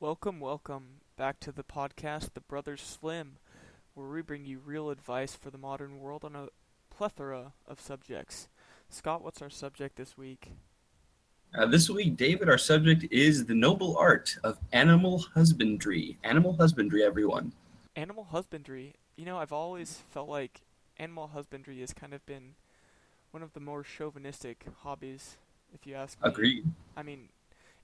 Welcome, welcome back to the podcast, The Brothers Slim, where we bring you real advice for the modern world on a plethora of subjects. Scott, what's our subject this week? Uh, this week, David, our subject is the noble art of animal husbandry. Animal husbandry, everyone. Animal husbandry. You know, I've always felt like animal husbandry has kind of been one of the more chauvinistic hobbies, if you ask me. Agreed. I mean,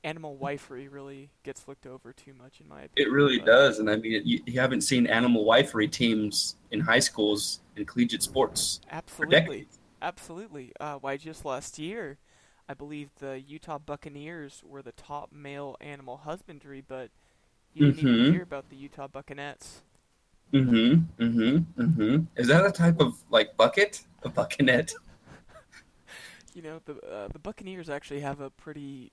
animal wifery really gets looked over too much, in my opinion. It really but- does. And I mean, you, you haven't seen animal wifery teams in high schools and collegiate sports for Absolutely. decades. Absolutely. Uh, why, just last year, I believe the Utah Buccaneers were the top male animal husbandry, but you didn't even Mhm. hear about the Utah Buccanettes. Mm-hmm. Mm-hmm. Mm-hmm. Is that a type of like bucket? A buckinette? You know, the uh, the Buccaneers actually have a pretty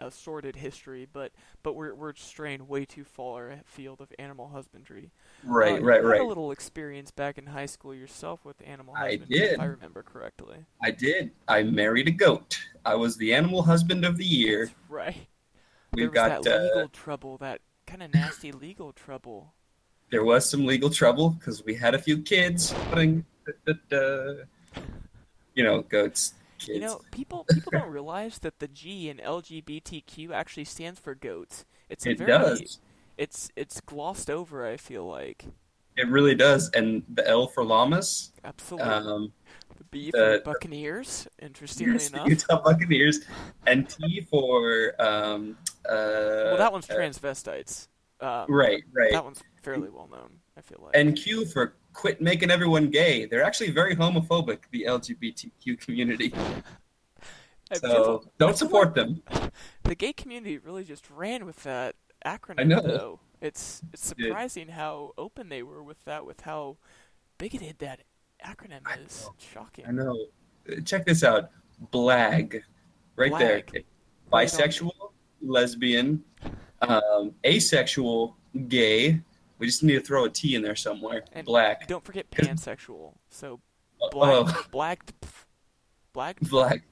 uh, sordid history, but but we're we're straying way too far afield of animal husbandry. Right, Uh, right, you Had a right. little experience back in high school yourself with animal I husbandry, if did. I remember correctly. I did. I married a goat. I was the animal husband of the year. That's right. there We've was got that uh, legal trouble, that kind of nasty legal trouble. there was some legal trouble because we had a few kids. Putting, you know, goats, kids. You know, people people don't realize that the G in LGBTQ actually stands for goats. It's a it very does. it's it's glossed over. I feel like It really does. And the L for llamas. absolutely Um, the B the- for Buccaneers. Interestingly here's the enough, Utah Buccaneers. And T for um, uh, well, that one's uh, transvestites. Um, right, right. That one's fairly well known. I feel like And Q for quit making everyone gay. They're actually very homophobic. The LGBTQ community. I feel So I don't feel support them. the gay community really just ran with that acronym. know. Though it's it's did. surprising how open they were with that, with how bigoted that acronym I is. know. Shocking. I know. Check this out. Blag. Right there. Blag. Bisexual, lesbian, um, asexual, gay. We just need to throw a T in there somewhere. And Black. Don't forget 'Cause- pansexual. So black, Oh, black, black. black.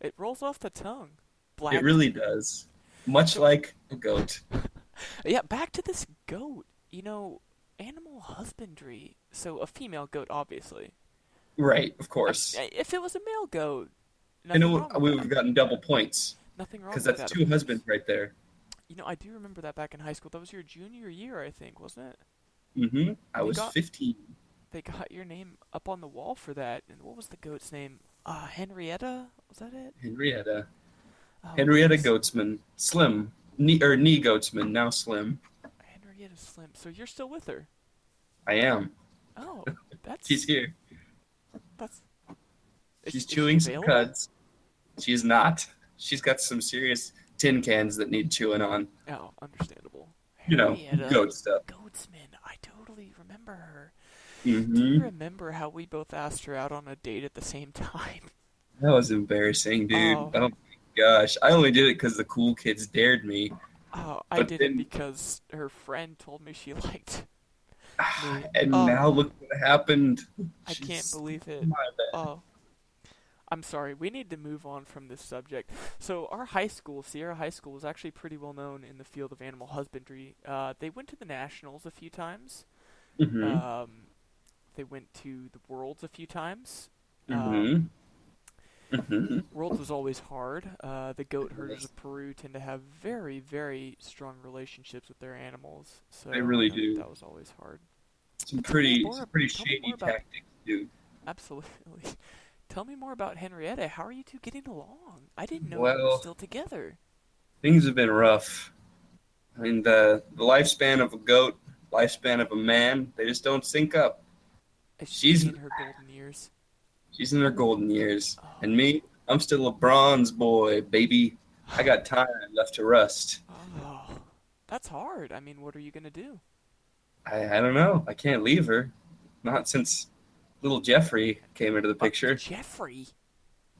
It rolls off the tongue. Black. It really does. Much like a goat. yeah. Back to this goat. You know, animal husbandry. So a female goat, obviously. Right, of course. I- If it was a male goat, And nothing it wrong would, with we would that. have gotten double points Nothing wrong because with that's that, two of course. husbands right there. You know, I do remember that back in high school. That was your junior year, I think, wasn't it? hmm I We was got- 15. They got your name up on the wall for that. And what was the goat's name? Uh, Henrietta? Was that it? Henrietta. Oh, Henrietta goodness. Goatsman. Slim. Knee, or knee Goatsman, now Slim. Henrietta Slim. So you're still with her? I am. Oh, that's She's here. that's. Is- She's is she chewing some available? cuds. She's not. She's got some serious tin cans that need chewing on. Oh, understandable. You know, Henrietta goat stuff. Goatsman. I totally remember her. Do you hmm remember how we both asked her out on a date at the same time? That was embarrassing, dude. Oh. Oh. my gosh. I only did it because the cool kids dared me. Oh, I But did it then- because her friend told me she liked. Me. And Oh. now look what happened. I can't Ah, She's- believe it. my bad. Oh. I'm sorry, we need to move on from this subject. So, our high school, Sierra High School, was actually pretty well known in the field of animal husbandry. Uh, they went to the Nationals a few times. Mhm, Um, they went to the Worlds a few times. Um, mhm, mhm. Worlds was always hard. Uh, the goat herders Yes. of Peru tend to have very, very strong relationships with their animals. So They really you know, do. That was always hard. Some pretty, more- some pretty tell me shady more about- tactics, dude. Absolutely. Tell me more about Henrietta. How are you two getting along? I didn't know you were Well- still together. Things have been rough. I mean, the, the lifespan of a goat, lifespan of a man, they just don't sync up. Is she's- she in her golden years. She's in her golden years. Oh, And me, I'm still a bronze boy, baby. I got time left to rust. oh, that's hard. I mean, what are you gonna do? I, I don't know. I can't leave her. Not since little Jeffrey came into the Oh, picture. Jeffrey.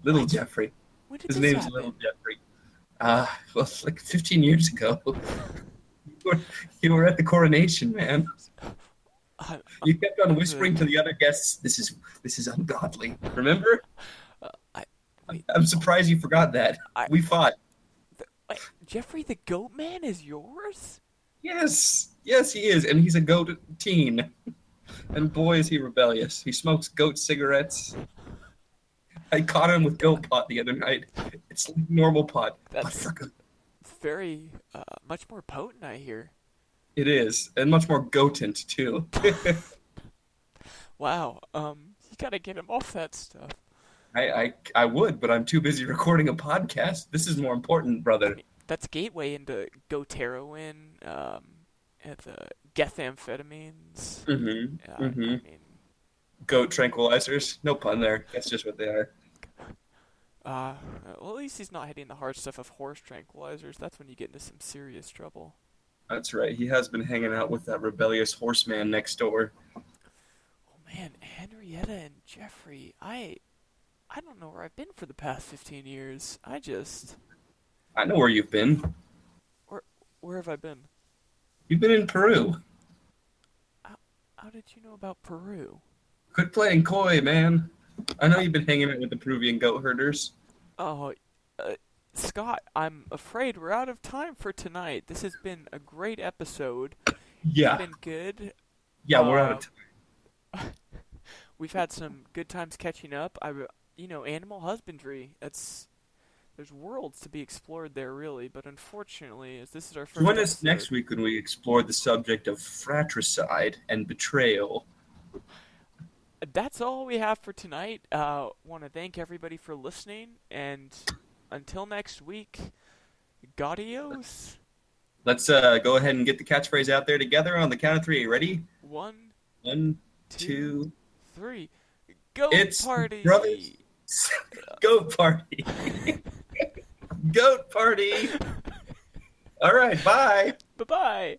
Little Jeffrey. When did His this name's happen? Little Jeffrey. Uh, well, it's like 15 years ago. you, were, you were at the coronation, man. Uh, You kept on whispering to the other guests, "This is this is ungodly." Remember? Uh, I, wait. I'm surprised you forgot that. I- We fought. Wait, Jeffrey the Goat Man is yours? Yes, yes, he is, and he's a goat teen. And boy, is he rebellious. He smokes goat cigarettes. I caught him with goat pot the other night. It's like normal pot. but That's- for goat. It's very uh, much more potent, I hear. It is, and much more goatent too. Wow. Um, you gotta get him off that stuff. I, I, I would, but I'm too busy recording a podcast. This is more important, brother. That's gateway into goteroin, um, and the gethamphetamines. Mm-hmm. Uh, I Mhm. mean, Goat tranquilizers. No pun there. That's just what they are. uh, well, at least he's not hitting the hard stuff of horse tranquilizers. That's when you get into some serious trouble. That's right. He has been hanging out with that rebellious horseman next door. Oh man, Henrietta and Jeffrey, I I don't know where I've been for the past 15 years. I just I know where you've been. where have I been? You've been in Peru. How did you know about Peru? Quit playing coy, man. I know you've been hanging out with the Peruvian goat herders. Oh, uh, Scott, I'm afraid we're out of time for tonight. This has been a great episode. It's Yeah, been good. yeah, we're out of Uh, time. We've had some good times catching up. I re- you know, animal husbandry. That's there's worlds to be explored there really, but unfortunately, as this is our first Join us episode- next week when we explore the subject of fratricide and betrayal. uh, that's all we have for tonight. Uh, want to thank everybody for listening, and until next week, gaudios. Let's uh, go ahead and get the catchphrase out there together on the count of three. Ready? One, One, two, two, three. Go It's party! brothers. goat party. goat party. All right, bye. Bye bye!